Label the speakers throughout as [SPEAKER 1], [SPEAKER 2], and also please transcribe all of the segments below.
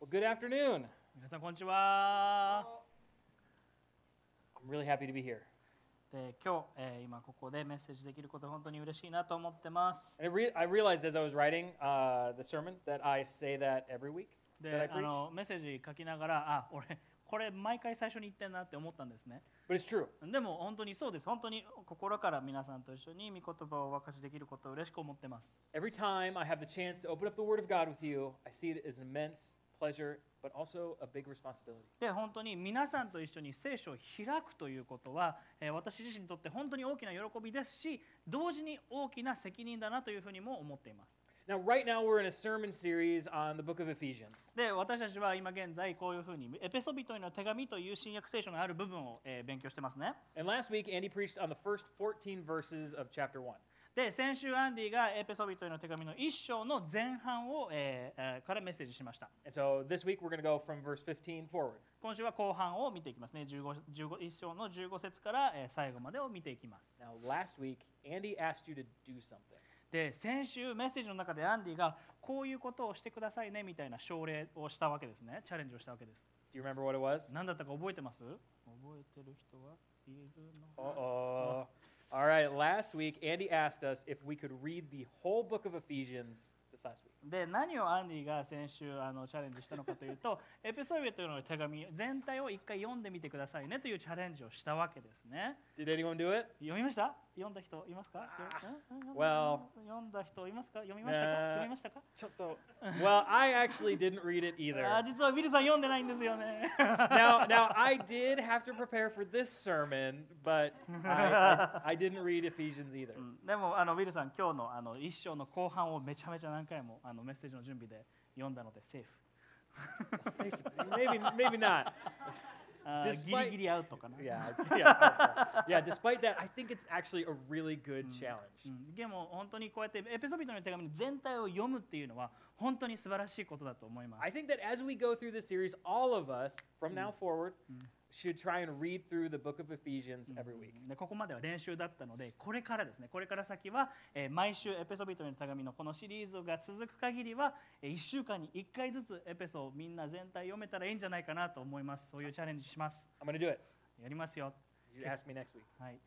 [SPEAKER 1] Well, good afternoon.
[SPEAKER 2] 皆さんこんにちは。
[SPEAKER 1] I'm really happy to be here.
[SPEAKER 2] で今日、えー今ここでメッセージできること本当に嬉しいなと思ってます。
[SPEAKER 1] And I, re- I realized as I was writing uh, the sermon that I say that every week.
[SPEAKER 2] で
[SPEAKER 1] that I
[SPEAKER 2] あ
[SPEAKER 1] preach.
[SPEAKER 2] のメッセージ書きながらあ俺これ毎回最初に言ってんなって思ったんですね。
[SPEAKER 1] But it's true.
[SPEAKER 2] でも本当にそうです本当に心から皆さんと一緒に御言葉をお分かちできることを嬉しく思ってます。
[SPEAKER 1] Every time I have the chance to open up the Word of God with you, I see it as an immense pleasure, but also a big responsibility.
[SPEAKER 2] で本当に皆さんと一緒に聖書を開くということは、えー私自身にとって本当に大きな喜びですし同時に大きな責任だなというふうにも思っています。
[SPEAKER 1] Now, right now, we're in a sermon series on the book of Ephesians.
[SPEAKER 2] で私たちは今現在こういうふうにエペソビトへの手紙という新約聖書のある部分を、えー勉強してますね。
[SPEAKER 1] And last week, Andy preached on the first 14 verses of chapter 1.
[SPEAKER 2] で先週アンディがエペソビトへの手紙の1章の前半を、えーえーからメッセージしました。
[SPEAKER 1] And so this week, we're going to go from verse 15 forward.
[SPEAKER 2] 今週は後半を見ていきますね。15 15 1章の15節から、えー最後までを見ていきます。
[SPEAKER 1] Now, last week, Andy asked you to do something.
[SPEAKER 2] で先週メッセージの中でアンディがこういうことをしてくださいねみたいな奨励をしたわけですね。チャレンジをしたわけです。
[SPEAKER 1] Do you remember what it was?
[SPEAKER 2] 何だったか覚えてます覚えてる人はいるの
[SPEAKER 1] Uh-oh. All right, last week Andy asked us if we could read the whole book of Ephesians this last week.
[SPEAKER 2] で何をアンディが先週あのチャレンジしたのかとい うとエペソビトへの手紙全体を一回読んでみてくださいねというチャレンジをしたわけですね
[SPEAKER 1] Did anyone do it?
[SPEAKER 2] 読みました読んだ人いますか読みうんうん
[SPEAKER 1] Well.
[SPEAKER 2] 読んだ人いますか読みましたか
[SPEAKER 1] Nah.
[SPEAKER 2] 読みましたか
[SPEAKER 1] Well, I actually didn't read it
[SPEAKER 2] あ
[SPEAKER 1] either.
[SPEAKER 2] 実はウィルさん読んでないんですよね
[SPEAKER 1] Now, now I did have to prepare for this sermon, but I, I, I didn't read Ephesians either.
[SPEAKER 2] うんでもあのウィルさん今日のあの一章の後半をめちゃめちゃ何回もあのメッセージの準備で読んだのでセーフ
[SPEAKER 1] Safe- maybe, maybe not.
[SPEAKER 2] あー
[SPEAKER 1] Despite-
[SPEAKER 2] ギリギリアウトかな
[SPEAKER 1] Yeah, yeah, okay. yeah. Despite that, I think it's actually a really good challenge.
[SPEAKER 2] Mm. うん、でも本当にこうやってエペソビトの手紙の全体を読むっていうのは本当に素晴らしいことだと思います。
[SPEAKER 1] I think that as we go through this series, all of us from now forward
[SPEAKER 2] Mm.
[SPEAKER 1] should try and read through the book of Ephesians
[SPEAKER 2] うん
[SPEAKER 1] every week.
[SPEAKER 2] でここまでは練習だったのでこれからですねこれから先は、えー毎週エペソビトの手紙のこのシリーズが続く限りは、え1週間に1回ずつエペソをみんな全体読めたらいいんじゃないかなと思いますそういうチャレンジします
[SPEAKER 1] I'm going to do it.
[SPEAKER 2] やりますよ
[SPEAKER 1] You ask me next week.
[SPEAKER 2] はい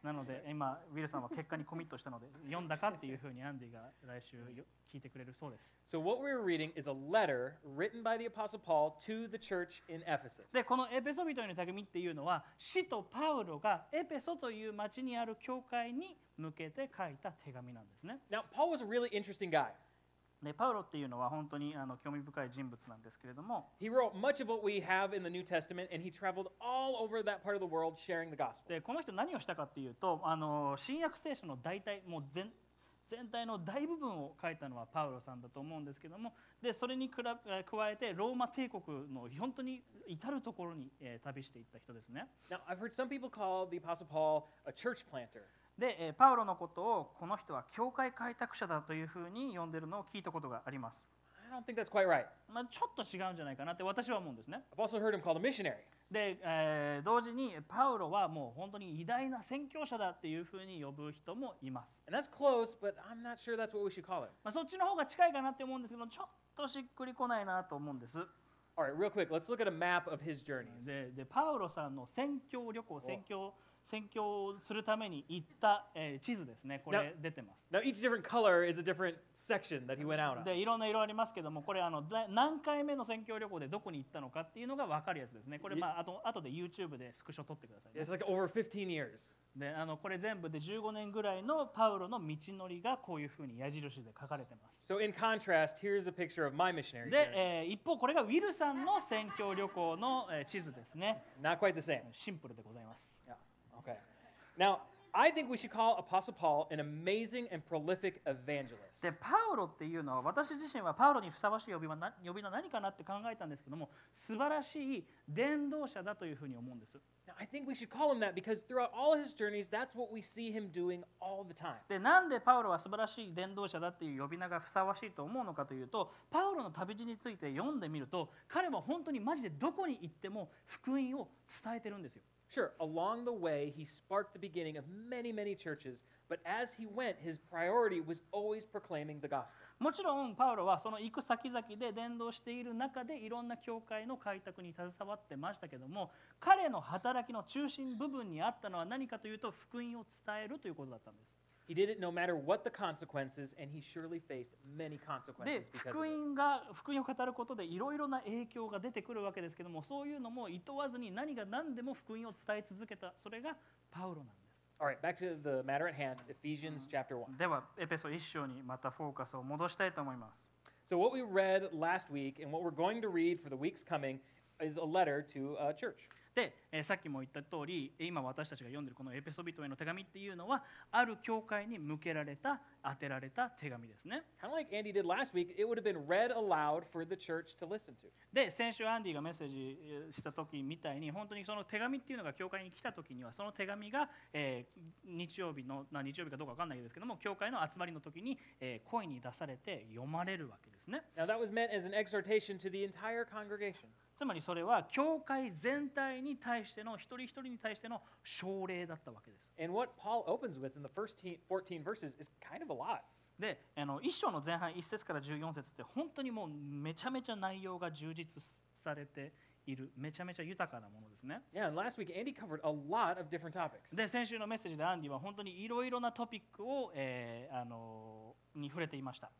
[SPEAKER 2] なので今ウィルさんは結果にコミットしたので読んだかっていうふうにアンディが来週よ聞いてくれるそうです
[SPEAKER 1] So, what we're reading is a letter written by the Apostle Paul to the church in Ephesus.
[SPEAKER 2] でこのエペソビトへの手紙っていうのは使徒パウロがエペソという町にある教会に向けて書いた手紙なんですね。
[SPEAKER 1] Now, Paul was a really interesting guy.
[SPEAKER 2] でパウロっていうのは本当にあの興味深い人物なんですけれども
[SPEAKER 1] He wrote much of what we have in the New Testament, and he traveled all over that part of the world sharing the gospel.
[SPEAKER 2] でこの人何をしたかっていうとあの新約聖書の大体もう全全体の大部分を書いたのはパウロさんだと思うんですけどもでそれにくらえ加えてローマ帝国の本当に至るところに、えー旅していった人ですね。
[SPEAKER 1] Now, I've heard some people call the Apostle Paul a church planter.
[SPEAKER 2] で、えーパウロのことをこの人は教会開拓者だというふうに呼んでるのを聞いたことがあります。
[SPEAKER 1] I don't think that's quite right.
[SPEAKER 2] まあ、ちょっと違うんじゃないかなって私は思うんですね。
[SPEAKER 1] I've also heard him called a missionary.
[SPEAKER 2] で、えー同時にパウロはもう本当に偉大な宣教者だっていうふうに呼ぶ人もいます。
[SPEAKER 1] And that's close, but I'm not sure that's what we should call him.
[SPEAKER 2] まあ、そっちの方が近いかなって思うんですけどちょっとしっくりこないなと思うんです。
[SPEAKER 1] All right, real quick, let's look at a map of his journeys.
[SPEAKER 2] ででパウロさんの宣教旅行宣教宣教するために行った、えー地図ですねこれ出てます。
[SPEAKER 1] Now, each different color is a different section that he went out on.
[SPEAKER 2] でいろんな色ありますけどもこれあのだ何回目の宣教旅行でどこに行ったのかっていうのが分かるやつですねこれ
[SPEAKER 1] い
[SPEAKER 2] まああと後で YouTube でスクショ撮ってください、ね
[SPEAKER 1] It's、like over 15 years.
[SPEAKER 2] であのこれ全部で15年ぐらいのパウロの道のりがこういうふうに矢印で書かれてます
[SPEAKER 1] So, in contrast, here's a picture of my missionary.
[SPEAKER 2] で
[SPEAKER 1] journey.、
[SPEAKER 2] えー一方これがウィルさんの宣教旅行の、えー地図ですね
[SPEAKER 1] Not quite the same.
[SPEAKER 2] シンプルでございます
[SPEAKER 1] Yeah. Okay. Now, I think we should call Apostle Paul an amazing and prolific evangelist.
[SPEAKER 2] でパウロっていうのは私自身はパウロにふさわしい呼び名な呼び名何かなって考えたんですけども素晴らしい伝道者だというふうに思うんです
[SPEAKER 1] Now, I think we should call him that because throughout all his journeys, that's what we see him doing all the time.
[SPEAKER 2] でなんでパウロは素晴らしい伝道者だっていう呼び名がふさわしいと思うのかというとパウロの旅路について読んでみると彼は本当にマジでどこに行っても福音を伝えてるんですよ。
[SPEAKER 1] Sure, along the way, he sparked the beginning of many, many churches, but as he went, his priority was always proclaiming the gospel.
[SPEAKER 2] もちろんパウロはその行く先々で伝道している中でいろんな教会の開拓に携わってましたけども彼の働きの中心部分にあったのは何かというと福音を伝えるということだったんです
[SPEAKER 1] He did it no matter what the consequences, and he surely faced many
[SPEAKER 2] で
[SPEAKER 1] consequences because
[SPEAKER 2] 福
[SPEAKER 1] of it.
[SPEAKER 2] 音が福音を語ることでいろいろな影響が出てくるわけですけどもそういうのもいとわずに何が何でも福音を伝え続けたそれがパウロなんです
[SPEAKER 1] All right, back to the matter at hand Ephesians chapter 1.
[SPEAKER 2] ではエペソ1章にまたフォーカスを戻したいと思います
[SPEAKER 1] So, what we read last week and what we're going to read for the weeks coming is a letter to a church.
[SPEAKER 2] で、えーさっきも言った通りえー今私たちが読んでるこのエペソビトへの手紙っていうのはある教会に向けられた当てられた手紙ですね
[SPEAKER 1] Kind of like Andy did last week, it would have been read aloud for the church to listen to.
[SPEAKER 2] で先週アンディがメッセージえーした時みたいに本当にその手紙っていうのが教会に来た時にはその手紙が、えー日曜日のな日曜日かどうか分かんないですけども教会の集まりの時に、えー声に出されて読まれるわけですね
[SPEAKER 1] Now, that was meant as an exhortation to the entire congregation.
[SPEAKER 2] つまりそれは教会全体に対しての一人一人に対しての奨励だったわけです
[SPEAKER 1] And what Paul opens with in the first te- 14 verses is kind of a lot.
[SPEAKER 2] であの1章の前半1節から14節って本当にもうめちゃめちゃ内容が充実されているめちゃめちゃ豊かなものですね
[SPEAKER 1] Yeah, and last week, Andy covered a lot of different topics.
[SPEAKER 2] で先週のメッセージでアンディは本当にいろいろなトピックを、えーあのに触れていました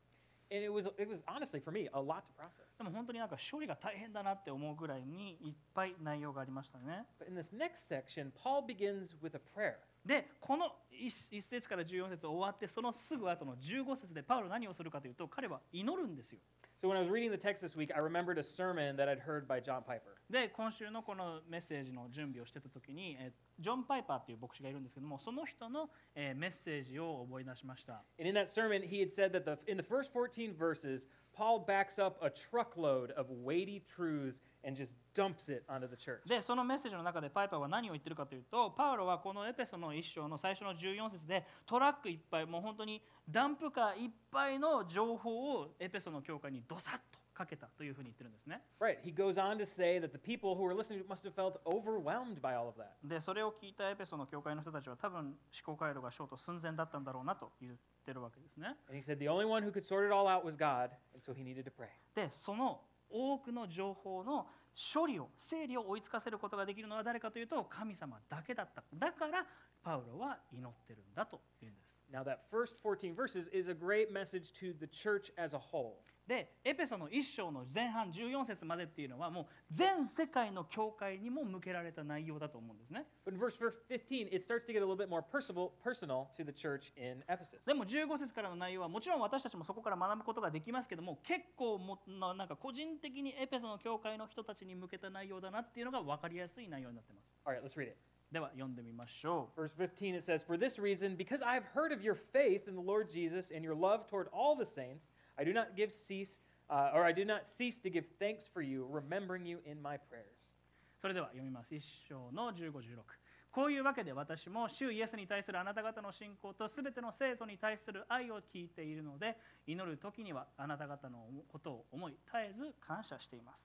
[SPEAKER 1] And it was, it was honestly, for me, a lot to process.
[SPEAKER 2] でも本当になんか処理が大変だなって思うぐらいにいっぱい内容がありましたね
[SPEAKER 1] But in this next section, Paul begins with a prayer.
[SPEAKER 2] でこの 1, 1節から14節終わってそのすぐ後の15節でパウロ何をするかというと彼は祈るんですよ
[SPEAKER 1] So when I was reading the text this week, I remembered a sermon that I'd heard by John Piper.
[SPEAKER 2] で今週のこのメッセージの準備をしてた時にえージョン・パイパーっていう牧師がいるんですけどもその人のえーメッセージを思い出しました
[SPEAKER 1] And in that sermon, he had said that the, in the first 14 verses, Paul backs up a truckload of weighty truths and just dumps it onto the church.
[SPEAKER 2] でそのメッセージの中でパイパーは何を言ってるかというとパウロはこのエペソの一章の最初の14節でトラックいっぱいもう本当にダンプカーいっぱいの情報をエペソの教会にドサッとかけたというふうに言ってるんですね
[SPEAKER 1] Right. He goes on to say that the people who were listening must have felt overwhelmed by all of that.
[SPEAKER 2] でそれを聞いたエペソの教会の人たちは多分思考回路がショート寸前だったんだろうなと言ってるわけですね
[SPEAKER 1] And he said the only one who could sort it all out was God, and so he needed to pray.
[SPEAKER 2] でその多くの情報の処理を整理を追いつかせることができるのは誰かというと神様だけだっただからパウロは祈ってるんだと言うんです
[SPEAKER 1] Now, that first 14 verses is a great message to the church as a whole.
[SPEAKER 2] でエペソの1章の前半14節までっていうのはもう全世界の教会にも向けられた内容だと思うんですね
[SPEAKER 1] But in verse 15, it starts to get a little bit more personal, personal to the church in Ephesus.
[SPEAKER 2] でも15節からの内容はもちろん私たちもそこから学ぶことができますけども結構もななんか個人的にエペソの教会の人たちに向けた内容だなっていうのが分かりやすい内容になってます
[SPEAKER 1] All right, let's read it.
[SPEAKER 2] では読んでみましょう
[SPEAKER 1] Verse 15, it says, For this reason, because I have heard of your faith in the Lord Jesus and your love toward all the saints, I do not give cease, uh, or I do not cease to give thanks for you, remembering you in my prayers.
[SPEAKER 2] それでは読みます一章の1516こういうわけで私も主イエスに対するあなた方の信仰とすべての生徒に対する愛を聞いているので祈る時にはあなた方のことを思い絶えず感謝しています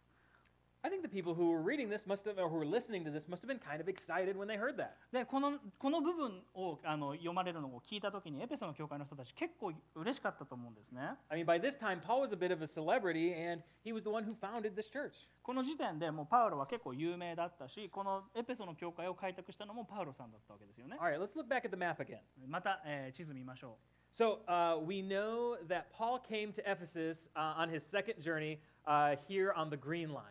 [SPEAKER 1] I think the people who were reading this must have, or who were listening to this, must have been kind of excited when they heard that.
[SPEAKER 2] でこのこの部分をあの読まれるのを聞いた時にエペソの教会の人たち結構嬉しかったと思うんですね
[SPEAKER 1] I mean, by this time, Paul was a bit of a celebrity, and he was the one who founded this church.
[SPEAKER 2] この時点でもうパウロは結構有名だったしこのエペソの教会を開拓したのもパウロさんだったわけですよね
[SPEAKER 1] All right, let's look back at the map again.
[SPEAKER 2] また、えー地図見ましょう
[SPEAKER 1] So uh, we know that Paul came to Ephesus uh, on his second journey uh, here on the green line.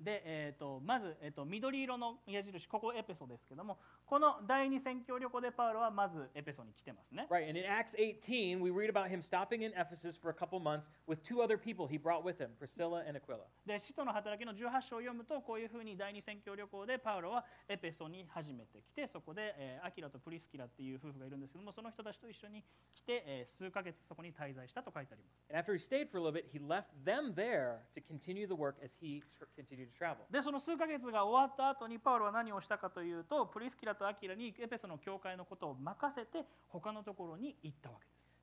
[SPEAKER 2] で、えー、とまず、えー、と緑色の矢印ここエペソですけどもこの第二宣教旅行でパウロはまずエペソに来てますね
[SPEAKER 1] Right, and in Acts 18, we read about him stopping in Ephesus for a couple months with two other people he brought with him, Priscilla and Aquila.
[SPEAKER 2] で使徒の働きの18章を読むとこういうふうに第二宣教旅行でパウロはエペソに初めて来てそこで、えーアキラとプリスキラっていう夫婦がいるんですけどもその人たちと一緒に来て、えー数ヶ月そこに滞在したと書いてあります
[SPEAKER 1] And after he stayed for a little bit, he left them there to continue the work as he tr- continued to travel.
[SPEAKER 2] でその数ヶ月が終わった後にパウロは何をしたかというとプリスキラとアキラにエペソの教会のことを任せて他のところに行ったわけです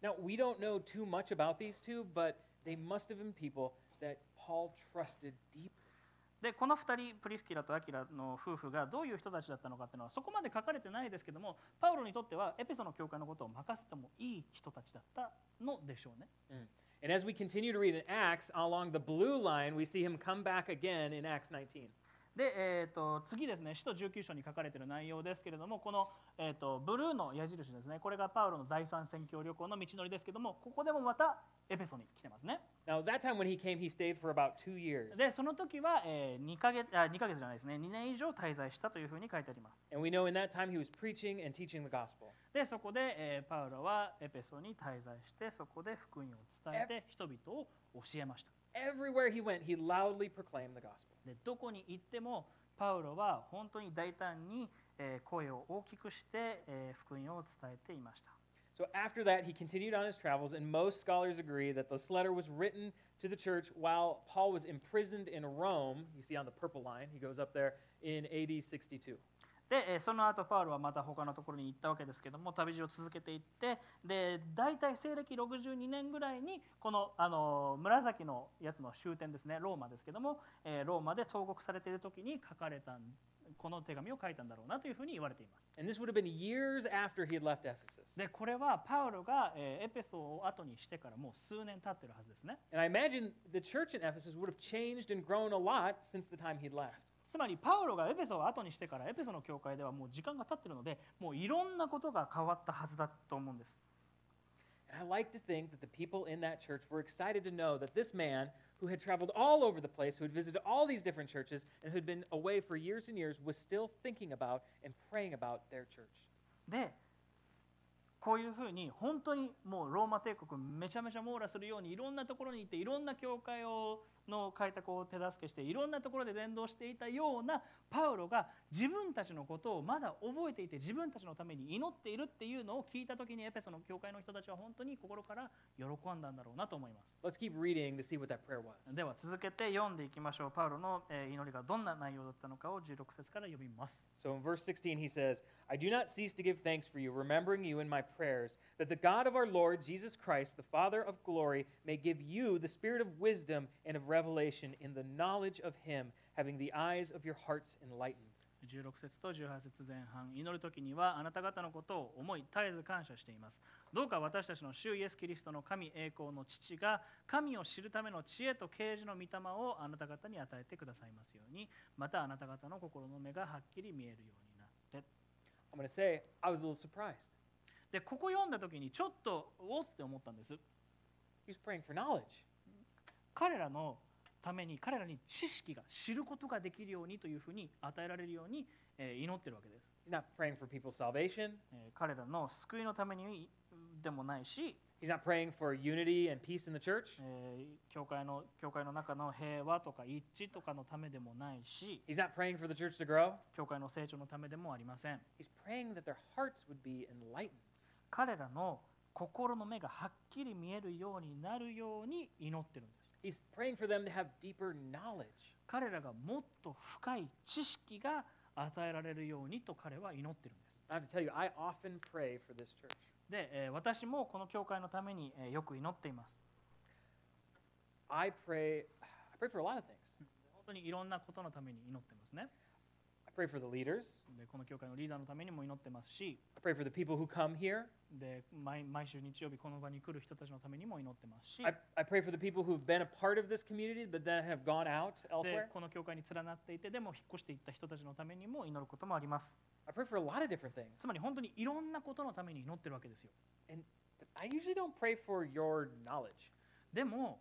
[SPEAKER 1] Now, we don't know too much about these two, but they must have been people that Paul trusted deeply.
[SPEAKER 2] でこの2人プリスキラとアキラの夫婦がどういう人たちだったのかっていうのはそこまで書かれてないですけどもパウロにとってはエペソの教会のことを任せてもいい人たちだったのでしょうね
[SPEAKER 1] And as we continue to read in Acts, along the blue line, we see him come back again in Acts 19.
[SPEAKER 2] で、えー、と次ですね使徒19章に書かれている内容ですけれどもこの、えー、とブルーの矢印ですねこれがパウロの第三宣教旅行の道のりですけどもここでもまたエペソに来てますね
[SPEAKER 1] Now, that time when he came, he stayed for about two years.
[SPEAKER 2] でその時は、え2ヶ月あ2ヶ月じゃないですね2年以上滞在したというふうに書いてあります
[SPEAKER 1] And we know in that time he was preaching and teaching the gospel.
[SPEAKER 2] でそこで、えーパウロはエペソに滞在してそこで福音を伝えて人々を教えました
[SPEAKER 1] Everywhere he went, he loudly proclaimed the gospel.
[SPEAKER 2] でどこに行ってもパウロは本当に大胆に、えー声を大きくして、えー福音を伝えていました
[SPEAKER 1] So after that, he continued on his travels, and most scholars agree that this letter was written to the church while Paul was imprisoned in Rome. You see on the purple line, he goes up there in AD 62.
[SPEAKER 2] でえーその後パウロはまた他のところに行ったわけですけども旅路を続けていってで大体西暦62年ぐらいにこのあのー紫のやつの終点ですねローマですけども、えーローマで投獄されている時に書かれたんこの手紙を書いたんだろうなというふうに言われています。
[SPEAKER 1] And this would have been years after he had left Ephesus.
[SPEAKER 2] でこれはパウロが、えーエペソを後にしてからもう数年経ってるはずですね
[SPEAKER 1] And I imagine the church in Ephesus would have changed and grown a lot since the time he'd left.
[SPEAKER 2] つまりパウロがエペソを後にしてからエペソの教会ではもう時間が経ってるのでもういろんなことが変わったはずだと思うんです
[SPEAKER 1] And I like to think that the people in that church were excited to know that this man, who had traveled all over the place, who had visited all these different churches, and who had been away for years and years, was still thinking about and praying about their church.
[SPEAKER 2] でこういうふうに本当にもうローマ帝国めちゃめちゃ網羅するようにいろんなところに行っていろんな教会をの開拓を手助けしていろんなところで伝道していたようなパウロが自分たちのことをまだ覚えていて自分たちのために祈っているっていうのを聞いた時にエペソの教会の人たちは本当に心から喜んだんだろうなと思いま
[SPEAKER 1] Let's keep reading to see what that prayer was.
[SPEAKER 2] すでは続けて読んでいきましょうパウロのえー祈りがどんな内容だったのかを16節から読みます
[SPEAKER 1] So in verse 16, he says, I do not cease to give thanks for you, remembering you in my prayers, that the God of our Lord Jesus Christ, the Father of glory, may give you the spirit of wisdom and of revelation in the knowledge of him, having the eyes of your hearts enlightened.
[SPEAKER 2] 16節と18節前半祈る時にはあなた方のことを思い絶えず感謝していますどうか私たちの主イエス・キリストの神栄光の父が神を知るための知恵と啓示の御霊をあなた方に与えてくださいますようにまたあなた方の心の目がはっきり見えるようになって
[SPEAKER 1] I'm going to say, I was a little surprised.
[SPEAKER 2] でここ読んだ時にちょっとおって思ったんです
[SPEAKER 1] He was praying for knowledge.
[SPEAKER 2] 彼らのために彼らに知識が知ることができるようにというふうに与えられるようにえー祈ってるわけです
[SPEAKER 1] He's not praying for people's salvation.
[SPEAKER 2] えー彼らの救いのためにでもないし
[SPEAKER 1] He's not praying for unity and peace in the church.
[SPEAKER 2] えー教会の教会の中の平和とか一致とかのためでもないし
[SPEAKER 1] He's not praying for the church to grow.
[SPEAKER 2] 教会の成長のためでもありません
[SPEAKER 1] He's praying that their hearts would be enlightened.
[SPEAKER 2] 彼らの心の目がはっきり見えるようになるように祈ってるんです
[SPEAKER 1] He's praying for them to have deeper knowledge.
[SPEAKER 2] 彼らがもっと深い知識が与えられるようにと彼は祈ってるんです
[SPEAKER 1] I have to tell you, I often pray for this church.
[SPEAKER 2] で、えー私もこの教会のために、えーよく祈っています
[SPEAKER 1] I pray, I pray for a lot of things.
[SPEAKER 2] 本当にいろんなことのために祈ってますね
[SPEAKER 1] I pray for the leaders.
[SPEAKER 2] でこの教会のリーダーのためにも祈ってますし
[SPEAKER 1] I pray for the people who come here.
[SPEAKER 2] で毎毎週日曜日この場に来る人たちのためにも祈ってますし
[SPEAKER 1] I, I pray for the people who've been a part of this community but then have gone out
[SPEAKER 2] で
[SPEAKER 1] elsewhere.
[SPEAKER 2] この教会に連なっていてでも引っ越していった人たちのためにも祈ることもあります
[SPEAKER 1] I pray for a lot of different things.
[SPEAKER 2] つまり本当にいろんなことのために祈ってるわけですよ
[SPEAKER 1] I usually don't pray for your knowledge.
[SPEAKER 2] でも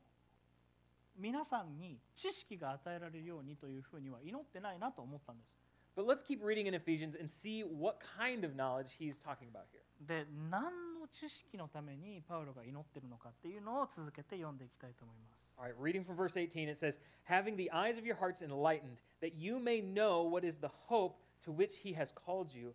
[SPEAKER 2] 皆さんに知識が与えられるようにというふうには祈ってないなと思ったんです
[SPEAKER 1] But let's keep reading in Ephesians and see what kind of knowledge he's talking about here.
[SPEAKER 2] で何の知識のためにパウロが祈ってるのかっていうのを続けて読んでいきたいと思います
[SPEAKER 1] All right, reading from verse 18, it says, Having the eyes of your hearts enlightened, that you may know what is the hope to which he has called you,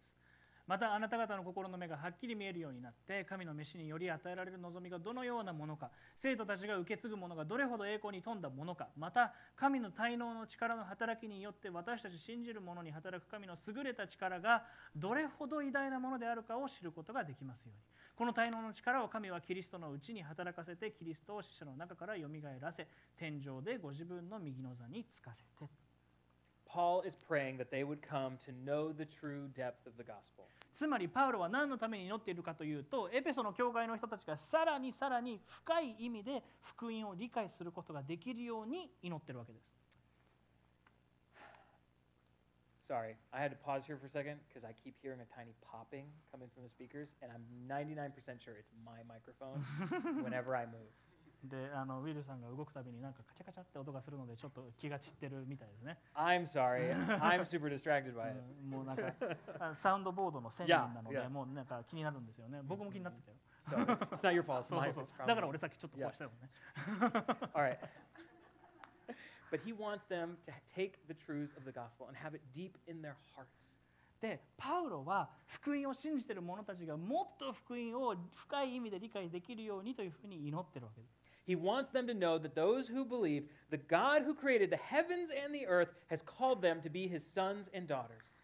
[SPEAKER 2] またあなた方の心の目がはっきり見えるようになって神の飯により与えられる望みがどのようなものか生徒たちが受け継ぐものがどれほど栄光に富んだものかまた神の滞納の力の働きによって私たち信じる者に働く神の優れた力がどれほど偉大なものであるかを知ることができますようにこの滞納の力を神はキリストのうちに働かせてキリストを死者の中からよみがえらせ天井でご自分の右の座につかせて
[SPEAKER 1] Paul is praying that they would come to know the true depth of the gospel.
[SPEAKER 2] つまりパウロは何のために祈っているかというとエペソの教会の人たちがさらにさらに深い意味で福音を理解することができるように祈ってるわけです。
[SPEAKER 1] Sorry, I had to pause here for a second because I keep hearing a tiny popping coming from the speakers, and I'm 99% sure it's my microphone whenever I move.
[SPEAKER 2] であのウィルさんが動くたびになんかカチャカチャって音がするのでちょっと気が散ってるみたいですね。
[SPEAKER 1] I'm sorry. I'm super distracted by it.
[SPEAKER 2] うんもうなんかあサウンドボードの線
[SPEAKER 1] Yeah,
[SPEAKER 2] なので
[SPEAKER 1] yeah.
[SPEAKER 2] もうなんか気になるんですよね。僕も気になってたよ。
[SPEAKER 1] So it's not your fault. It's
[SPEAKER 2] そう
[SPEAKER 1] my,
[SPEAKER 2] そうそう
[SPEAKER 1] it's。probably
[SPEAKER 2] だから俺さっきちょっと壊したよね。
[SPEAKER 1] All right. But he wants them to take the truths of the gospel and have it deep in their hearts.
[SPEAKER 2] でパウロは福音を信じてる者たちがもっと福音を深い意味で理解できるようにというふうに祈ってるわけです。
[SPEAKER 1] He wants them to know that those who believe the God who created the heavens and the earth has called them to be his sons and daughters.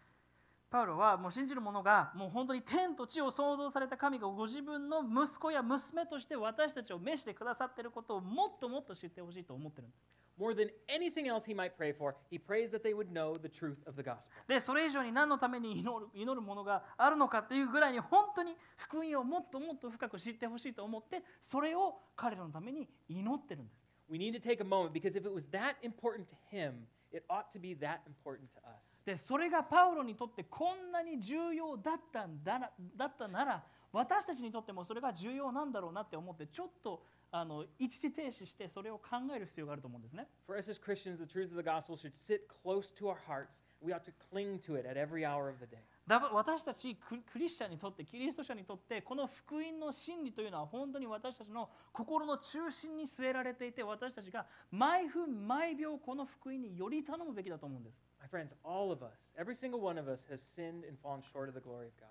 [SPEAKER 2] パウロはもう信じる者がもう本当に天と地を創造された神がご自分の息子や娘として私たちを召してくださっていることをもっともっと知ってほしいと思ってるんです。
[SPEAKER 1] More than anything else he might pray for, he prays that they would know the truth of the gospel.
[SPEAKER 2] でそれ以上に何のために祈る祈るものがあるのかっていうぐらいに本当に福音をもっともっと深く知ってほしいと思ってそれを彼らのために祈ってるんです。
[SPEAKER 1] We need to take a moment because if it was that important to him, it ought to be that important to us.
[SPEAKER 2] でそれがパウロにとってこんなに重要だったんだなだったなら私たちにとってもそれが重要なんだろうなって思ってちょっとあの一時停止してそれを考える必要があると思うんですね。
[SPEAKER 1] For us as Christians, the truths of the gospel should sit close to our hearts. We ought to cling to it at every hour of the day.
[SPEAKER 2] だば私たちククリスチャンにとってキリスト者にとってこの福音の真理というのは本当に私たちの心の中心に据えられていて私たちが毎分毎秒この福音により頼むべきだと思うんです。
[SPEAKER 1] My friends, all of us, every single one of us, have sinned and fallen short of the glory of God.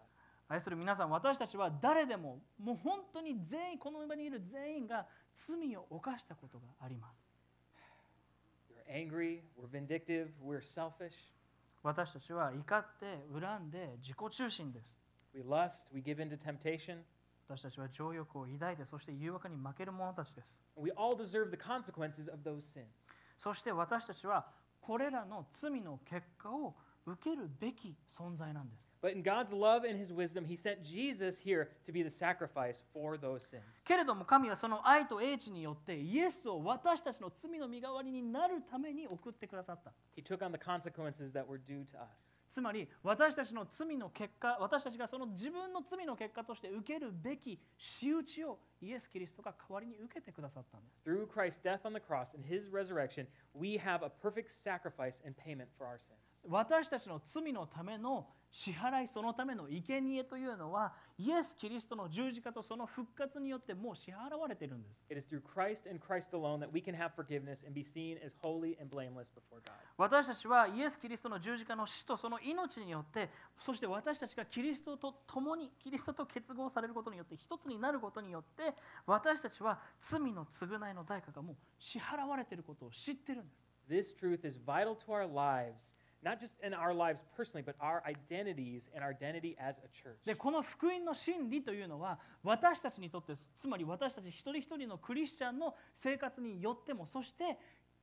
[SPEAKER 2] 愛する皆さん私たちは誰でももう本当に全員この場にいる全員が罪を犯したことがあります。
[SPEAKER 1] We're angry, we're vindictive, we're selfish,
[SPEAKER 2] 私たちは怒って恨んで自己中心です。
[SPEAKER 1] we lust, we give in to temptation.
[SPEAKER 2] 私たちは情欲を抱いてそして誘惑に負ける者たちです。
[SPEAKER 1] We all deserve the consequences of those sins.
[SPEAKER 2] そして私たちはこれらの罪の結果を受けるべき存在なんです。
[SPEAKER 1] But in God's love and his wisdom, he sent Jesus here to be the sacrifice for those sins.
[SPEAKER 2] けれども神はその愛と英知によってイエスを私たちの罪の身代わりになるために送ってくださった。
[SPEAKER 1] He took on the consequences that were due to us.
[SPEAKER 2] つまり私たちの罪の結果、私たちがその自分の罪の結果として受けるべき仕打ちをイエス・キリストが代わりに受けてくださったんです。
[SPEAKER 1] Through Christ's death on the cross and his resurrection, we have a perfect sacrifice and payment for our sins.
[SPEAKER 2] 私たちの罪のための支払いそのための生贄というのはイエス・キリストの十字架とその復活によってもう支払われているんです。
[SPEAKER 1] It is through Christ and Christ alone that we can have forgiveness and be seen as holy and blameless before God.
[SPEAKER 2] 私たちはイエス・キリストの十字架の死とその命によってそして私たちがキリストと共にキリストと結合されることによって一つになることによって私たちは罪の償いの代価がもう支払われていることを知ってるんです。
[SPEAKER 1] This truth is vital to our lives, not just in our lives personally, but our identities and our identity as a church.
[SPEAKER 2] でこの福音の真理というのは私たちにとってつまり私たち一人一人のクリスチャンの生活によってもそして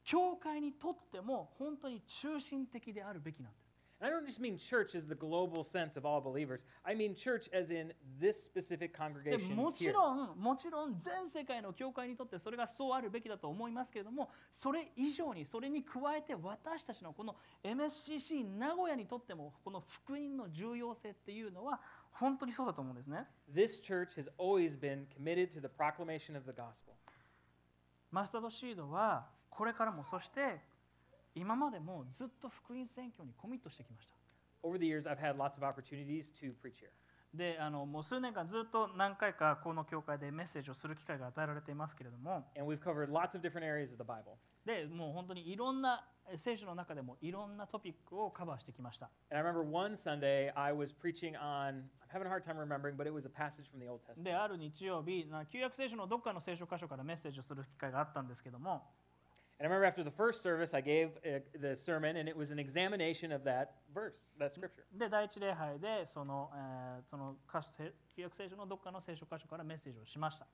[SPEAKER 2] 教会にとっても本当に中心的であるべきなんです。
[SPEAKER 1] And I don't just mean church as the global sense of all believers. I mean church as in this specific
[SPEAKER 2] で
[SPEAKER 1] congregation
[SPEAKER 2] もち
[SPEAKER 1] here.
[SPEAKER 2] ろんもちろん全世界の教会にとってそれがそうあるべきだと思いますけれどもそれ以上にそれに加えて私たちのこの MSCC 名古屋にとってもこの福音の重要性っていうのは本当にそうだと思うんですね。
[SPEAKER 1] This church has always been committed to the proclamation of the gospel.
[SPEAKER 2] マスタードシードはこれからもそして今までもずっと福音宣教にコミットしてきました。
[SPEAKER 1] Over the years, I've had lots of opportunities to preach here.
[SPEAKER 2] であのもう数年間ずっと何回かこの教会でメッセージをする機会が与えられていますけれども
[SPEAKER 1] And we've covered lots of different areas of the Bible.
[SPEAKER 2] でもう本当にいろんなえ聖書の中でもいろんなトピックをカバーしてきました
[SPEAKER 1] And I remember one Sunday I was preaching on, I'm having a hard time remembering, but it was a passage from the Old Testament.
[SPEAKER 2] である日曜日な旧約聖書のどっかの聖書箇所からメッセージをする機会があったんですけども
[SPEAKER 1] And I remember after the first service, I gave uh, the sermon, and it was an examination of that verse, that scripture.
[SPEAKER 2] で第一礼拝でその,、えーその箇所せ旧約聖書のどっかの聖書箇所からメッセージをしました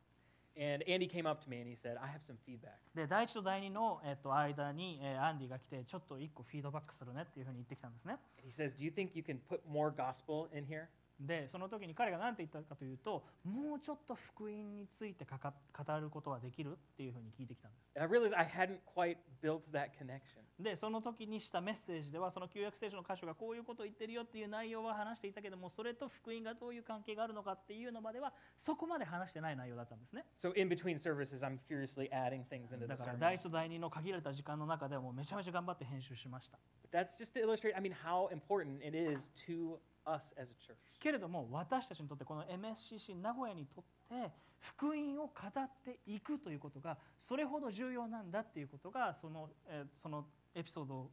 [SPEAKER 1] And Andy came up to me and he said, I have some feedback.
[SPEAKER 2] で第一と第二の、えっと間に、えーアンディが来てちょっと一個フィードバックするねっていうふうに言ってきたんですね
[SPEAKER 1] And he says, Do you think you can put more gospel in here?
[SPEAKER 2] でその時に彼が何て言ったかというともうちょっと福音についてかか語ることはできるっていうふうに聞いてきたんです
[SPEAKER 1] And I realized I hadn't quite built that connection.
[SPEAKER 2] でその時にしたメッセージではその旧約聖書の箇所がこういうことを言ってるよっていう内容は話していたけどもそれと福音がどういう関係があるのかっていうのまではそこまで話してない内容だったんですね
[SPEAKER 1] So in between services, I'm furiously adding things into
[SPEAKER 2] だ
[SPEAKER 1] the
[SPEAKER 2] から
[SPEAKER 1] sermon.
[SPEAKER 2] 第一と第二の限られた時間の中ではもうめちゃめちゃ頑張って編集しました
[SPEAKER 1] But that's just to illustrate, I mean, how important it is to us as a church.
[SPEAKER 2] けれども私たちにとってこの MSCC 名古屋にとって福音を語っていくということがそれほど重要なんだっていうことがその,、えーそのエピソードを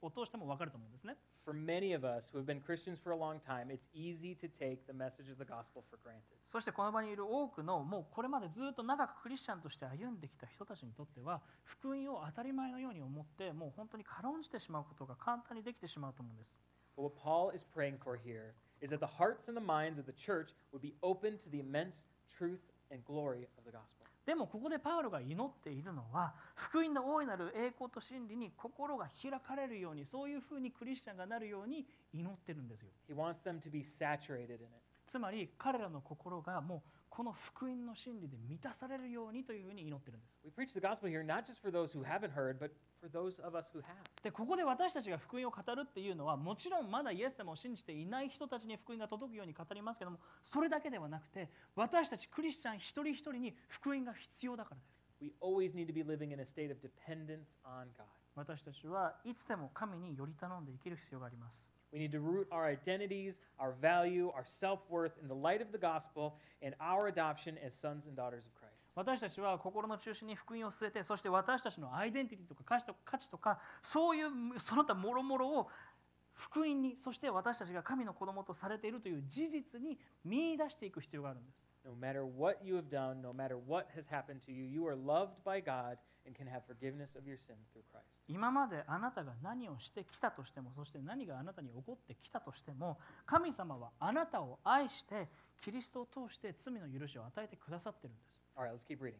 [SPEAKER 2] を通しても分かると思うんですね
[SPEAKER 1] For many of us who have been Christians for a long time, it's easy to take the message of the gospel for granted.
[SPEAKER 2] そしてこの場にいる多くのもうこれまでずっと長くクリスチャンとして歩んできた人たちにとっては福音を当たり前のように思ってもう本当に軽んじてしまうことが簡単にできてしまうと思うんです
[SPEAKER 1] But what Paul is praying for here is that the hearts and the minds of the church would be open to the immense truth and glory of the gospel.
[SPEAKER 2] でもここでパウロが祈っているのは福音の大いなる栄光と真理に心が開かれるようにそういうふうにクリスチャンがなるように祈ってるんですよ
[SPEAKER 1] He wants them to be saturated in it.
[SPEAKER 2] つまり彼らの心がもうこの福音の真理で満たされるようにというふうに祈ってるんです
[SPEAKER 1] We preach the gospel here not just for those who haven't heard, but for those of us who have.
[SPEAKER 2] でここで私たちが福音を語るっていうのはもちろんまだイエス様を信じていない人たちに福音が届くように語りますけどもそれだけではなくて私たちクリスチャン一人一人に福音が必要だからです
[SPEAKER 1] We always need to be living in a state of dependence on God.
[SPEAKER 2] 私たちはいつでも神により頼んで生きる必要があります
[SPEAKER 1] We need to root our identities, our value, our self worth in the light of the gospel and our adoption as sons and daughters of Christ.
[SPEAKER 2] 私たちは心の中心に福音を据えてそして私たちのアイデンティティとか価値と価値とかそういうその他もろもろを福音にそして私たちが神の子供とされているという事実に見出していく必要があるんです
[SPEAKER 1] No matter what you have done, no matter what has happened to you, you are loved by God and can have forgiveness of your sins through Christ.
[SPEAKER 2] 今まであなたが何をしてきたとしてもそして何があなたに起こってきたとしても神様はあなたを愛してキリストを通して罪の許しを与えてくださってるんです
[SPEAKER 1] All right, let's keep reading.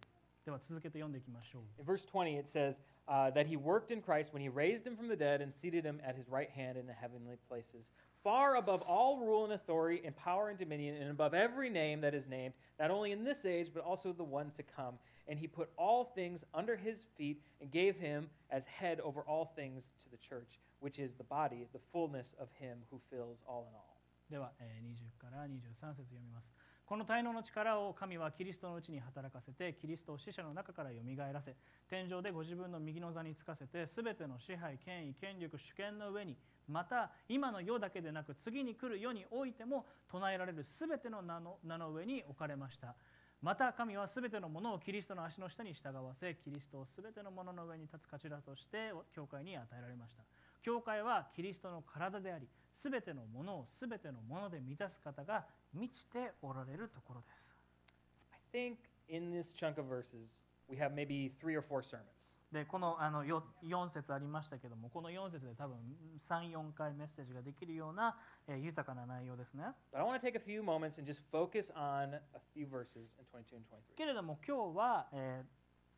[SPEAKER 2] では続けて読んでいきましょう
[SPEAKER 1] In verse 20, it says uh, that he worked in Christ when he raised him from the dead and seated him at his right hand in the heavenly places, far above all rule and authority and power and dominion, and above every name that is named, not only in this age, but also the one to come. And he put all things under his feet and gave him as head over all things to the church, which is the body, the fullness of him who fills all in all.
[SPEAKER 2] では、えー20から23節読みます。この滞納の力を神はキリストのうちに働かせて、キリストを死者の中からよみがえらせ、天井でご自分の右の座につかせて、すべての支配、権威、権力、主権の上に、また今の世だけでなく、次に来る世においても唱えられるすべての名の名の上に置かれました。また神はすべてのものをキリストの足の下に従わせ、キリストをすべてのものの上に立つ頭として、教会に与えられました。教会はキリストの体であり、すべてのものをすべてのもので満たす方が満ちておられるところです。
[SPEAKER 1] I think in this chunk of verses, we have maybe three or four sermons.
[SPEAKER 2] でこのあのよ4節ありましたけどもこの4節で多分34回メッセージができるような、えー豊かな内容ですね
[SPEAKER 1] But I want to take a few moments and just focus on a few verses in 22 and 23.
[SPEAKER 2] けれども今日は、えー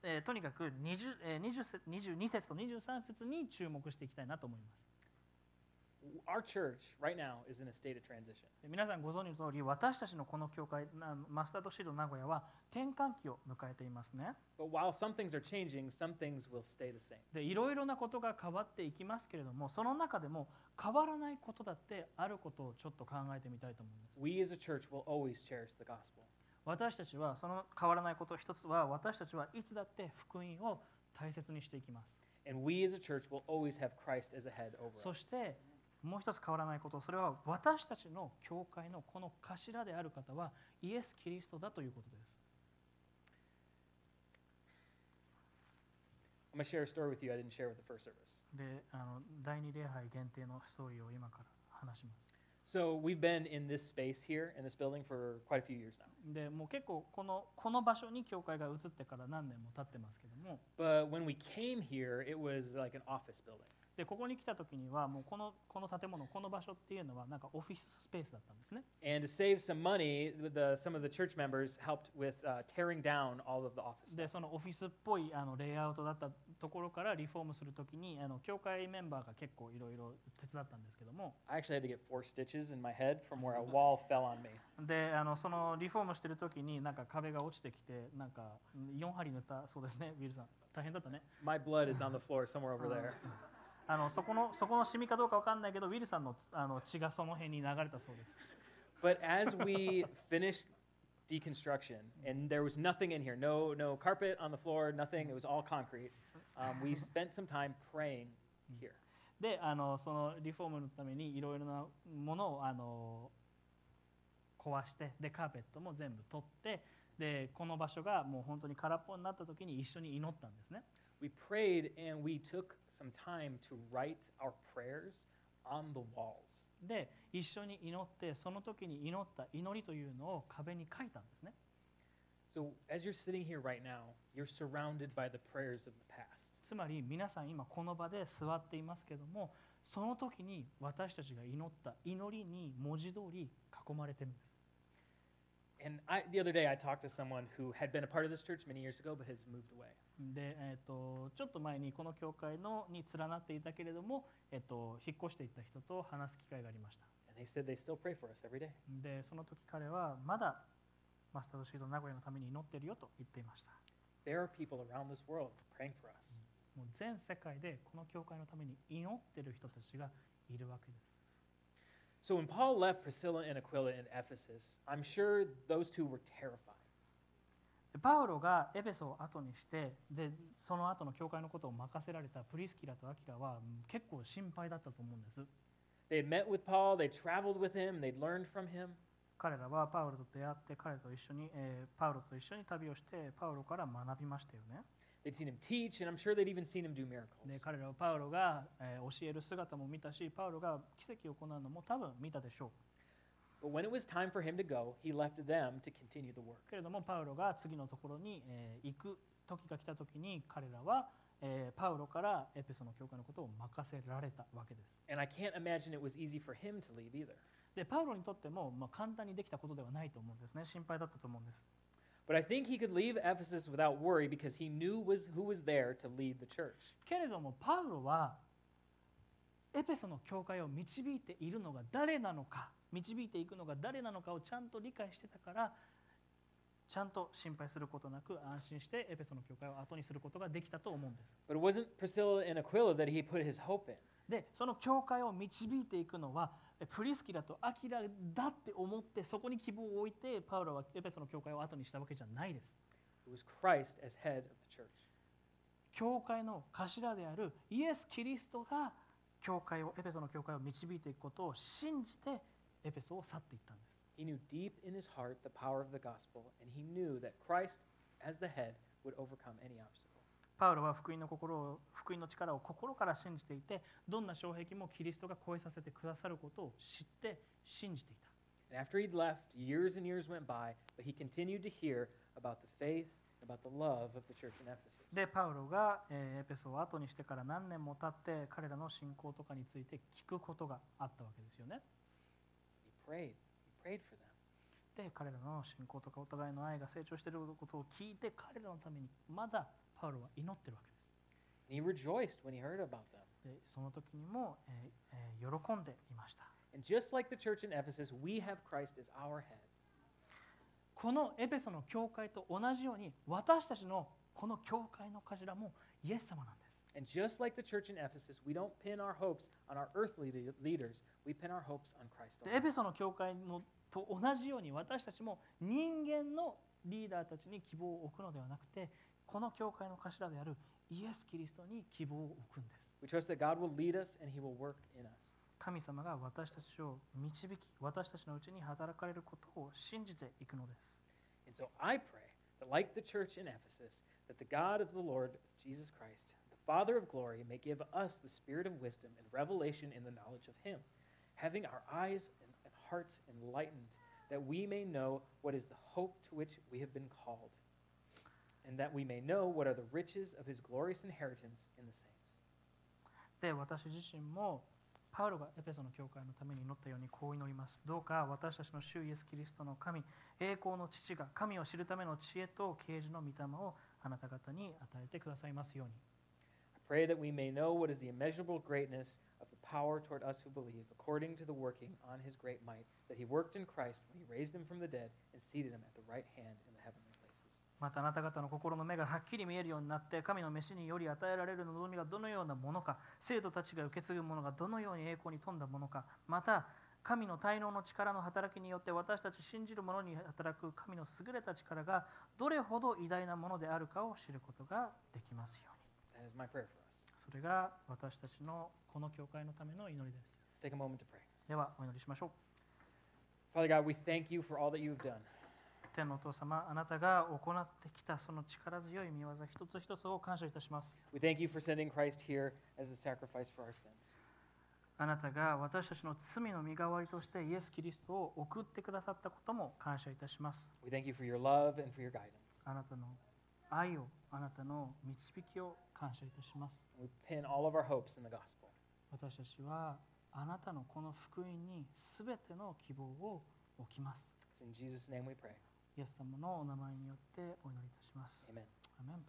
[SPEAKER 2] えーとにかく20、えー20節22節と23節に注目していきたいなと思います
[SPEAKER 1] Our church right now is in a state of transition.
[SPEAKER 2] で皆さんご存知の通り私たちのこの教会なマスタードシード名古屋は転換期を迎えていますね
[SPEAKER 1] But while some things are changing, some things will stay the same.
[SPEAKER 2] でいろいろなことが変わっていきますけれどもその中でも変わらないことだってあることをちょっと考えてみたいと思うんです
[SPEAKER 1] We as a church will always cherish the gospel.
[SPEAKER 2] 私たちはその変わらないこと一つは私たちはいつだって福音を大切にしていきます
[SPEAKER 1] And we as a church will always have Christ as a head over
[SPEAKER 2] そ
[SPEAKER 1] us.
[SPEAKER 2] してもう一つ変わらないことそれは私たちの教会のこの頭である方はイエス・キリストだということです
[SPEAKER 1] I'm going to share a story with you I didn't share with the first service.
[SPEAKER 2] であの第2礼拝限定のストーリーを今から話します
[SPEAKER 1] So we've been in this space here in this building for quite a few years now.
[SPEAKER 2] でもう結構このこの場所に教会が移ってから何年も経ってますけども
[SPEAKER 1] But when we came here, it was like an office building.
[SPEAKER 2] でここに来た時にはもうこのこの建物この場所っていうのはなんかオフィススペースだったんですね
[SPEAKER 1] And to save some money, the, some of the church members helped with uh, tearing down all of the office.
[SPEAKER 2] で
[SPEAKER 1] stuff.
[SPEAKER 2] そのオフィスっぽいあのレイアウトだったところからリフォームする時にあの教会メンバーが結構いろいろ手伝ったんですけども
[SPEAKER 1] I actually had to get four stitches in my head from where a wall fell on me.
[SPEAKER 2] であのそのリフォームしてる時になんか壁が落ちてきてなんか4針塗ったそうですねウィルさん大変だったね
[SPEAKER 1] My blood is on the floor somewhere over there.
[SPEAKER 2] あのそこのそこのシミかどうかわかんないけどウィルさんのあの血がその辺に流れたそうです
[SPEAKER 1] But as we finished deconstruction, and there was nothing in here, no, no carpet on the floor, nothing, it was all concrete, um, we spent some time praying here.
[SPEAKER 2] であのそのリフォームのためにいろいろなものをあの壊してでカーペットも全部取ってでこの場所がもう本当に空っぽになった時に一緒に祈ったんですね
[SPEAKER 1] We prayed and we took some time to write our prayers on the walls.
[SPEAKER 2] で一緒に祈ってその時に祈った祈りというのを壁に書いたんですね
[SPEAKER 1] So as you're sitting here right now, you're surrounded by the prayers of the past.
[SPEAKER 2] つまり皆さん今この場で座っていますけどもその時に私たちが祈った祈りに文字通り囲まれてるんです
[SPEAKER 1] And I, the other day, I talked to someone who had been a part of this church many years ago but has moved away.
[SPEAKER 2] で、えー、とちょっと前にこの教会のに連なっていたけれども、えー、と引っ越していった人と話す機会がありました
[SPEAKER 1] And they said they still pray for us every day.
[SPEAKER 2] でその時彼はまだマスタードシード名古屋のために祈ってるよと言っていました
[SPEAKER 1] There are people around this world praying for us.
[SPEAKER 2] もう全世界でこの教会のために祈ってる人たちがいるわけです
[SPEAKER 1] So when Paul left Priscilla and Aquila in Ephesus, I'm sure those two were terrified.
[SPEAKER 2] でパウロがエペソを後にしてでその後の教会のことを任せられたプリスキラとアキラはうん結構心配だったと思うんです
[SPEAKER 1] They had met with Paul, they traveled with him, they'd learned from him.
[SPEAKER 2] 彼らはパウロと出会って彼と一緒に、えーパウロと一緒に旅をしてパウロから学びましたよね
[SPEAKER 1] They'd seen him teach, and I'm sure they'd even seen him do miracles.
[SPEAKER 2] で彼らはパウロが、えー教える姿も見たしパウロが奇跡を行うのも多分見たでしょ
[SPEAKER 1] But when it was time for him to go, he left them to continue the work.
[SPEAKER 2] うけれどもパウロが次のところに、えー行く時が来た時に彼らは、えーパウロからエペソの教会のことを任せられたわけです
[SPEAKER 1] And I can't imagine it was easy for him to leave either.
[SPEAKER 2] でパウロにとっても、まあ、簡単にできたことではないと思うんですね心配だったと思うんです
[SPEAKER 1] But I think he could leave Ephesus without worry because he knew was, who was there to lead the church.
[SPEAKER 2] けれどもパウロはエペソの教会を導いているのが誰なのか導いていくのが誰なのかをちゃんと理解してたからちゃんと心配することなく安心してエペソの教会を後にすることができたと思うんです
[SPEAKER 1] But it wasn't Priscilla and Aquila that he put his hope in.
[SPEAKER 2] でその教会を導いていくのはえプリスキラとアキラだって思ってそこに希望を置いてパウロはエペソの教会を後にしたわけじゃないです
[SPEAKER 1] It was Christ as head of the church.
[SPEAKER 2] 教会の頭であるイエス・キリストが教会をエペソの教会を導いていくことを信じてエペソを去っていったんです
[SPEAKER 1] He knew deep in his heart the power of the gospel, and he knew that Christ, as the head, would overcome any obstacle.
[SPEAKER 2] パウロは福音の心を福音の力を心から信じていてどんな障壁もキリストが越えさせてくださることを知って信じていた
[SPEAKER 1] And after he'd left, years and years went by, but he continued to hear about the faith, about the love of the church in Ephesus.
[SPEAKER 2] でパウロが、えーエペソを後にしてから何年も経って彼らの信仰とかについて聞くことがあったわけですよね
[SPEAKER 1] He prayed. He prayed for them.
[SPEAKER 2] で彼らの信仰とかお互いの愛が成長していることを聞いて彼らのためにまだパウロは祈ってるわけです
[SPEAKER 1] And he rejoiced when he heard about them.
[SPEAKER 2] でその時にも、えーえー喜んでいました
[SPEAKER 1] And just like the church in Ephesus, we have Christ as our head.
[SPEAKER 2] このエペソの教会と同じように私たちのこの教会の頭もイエス様なんです
[SPEAKER 1] And just like the church in Ephesus, we don't pin our hopes on our earthly le- leaders. We pin our hopes on Christ
[SPEAKER 2] でエペ
[SPEAKER 1] alone.
[SPEAKER 2] ソの教会のと同じように私たちも人間のリーダーたちに希望を置くのではなくてこの教会の頭であるイエス・キリストに希望を置くんです
[SPEAKER 1] We trust that God will lead us and he will work in us.
[SPEAKER 2] 神様が私たちを導き私たちのうちに働かれることを信じていくのです
[SPEAKER 1] And so I pray that, like the church in Ephesus, that the God of the Lord Jesus Christ, the Father of glory, may give us the spirit of wisdom and revelation in the knowledge of Him, having our eyes and, and hearts enlightened, that we may know what is the hope to which we have been called, and that we may know what are the riches of His glorious inheritance in the saints.
[SPEAKER 2] で私自身もパウロがエペソの教会のために祈ったようにこう祈りますどうか私たちの主イエスキリストの神栄光の父が神を知るための知恵と啓示の御霊をあなた方に与えてくださいますように
[SPEAKER 1] I pray that we may know what is the immeasurable greatness of the power toward us who believe, according to the working on his great might that he worked in Christ when he raised him from the dead and seated him at the right hand in the heavenly places.
[SPEAKER 2] またあなた方の心の目がはっきり見えるようになって神の飯により与えられる望みがどのようなものか生徒たちが受け継ぐものがどのように栄光に富んだものかまた神の滞納の力の働きによって私たち信じる者に働く神の優れた力がどれほど偉大なものであるかを知ることができますように
[SPEAKER 1] That is my prayer for us.
[SPEAKER 2] それが私たちのこの教会のための祈りです
[SPEAKER 1] Let's take a moment to pray.
[SPEAKER 2] ではお祈りしましょう
[SPEAKER 1] Father God, we thank you for all that you have done.
[SPEAKER 2] 天のお父様あなたが行ってきたその力強い見業一つ一つを感謝いたします
[SPEAKER 1] We thank you for sending Christ here as a sacrifice for our sins.
[SPEAKER 2] あなたが私たちの罪の身代わりとしてイエス・キリストを送ってくださったことも感謝いたします。
[SPEAKER 1] We thank you for your love and for your guidance.
[SPEAKER 2] あなたの愛を、あなたの導きを感謝いたします。
[SPEAKER 1] We pin all of our hopes in the gospel.
[SPEAKER 2] 私たちはあなたのこの福音にすべての希望を置きます。
[SPEAKER 1] It's in Jesus' name we pray.
[SPEAKER 2] イエス様のお名前によってお祈りいたします。
[SPEAKER 1] Amen.
[SPEAKER 2] アーメン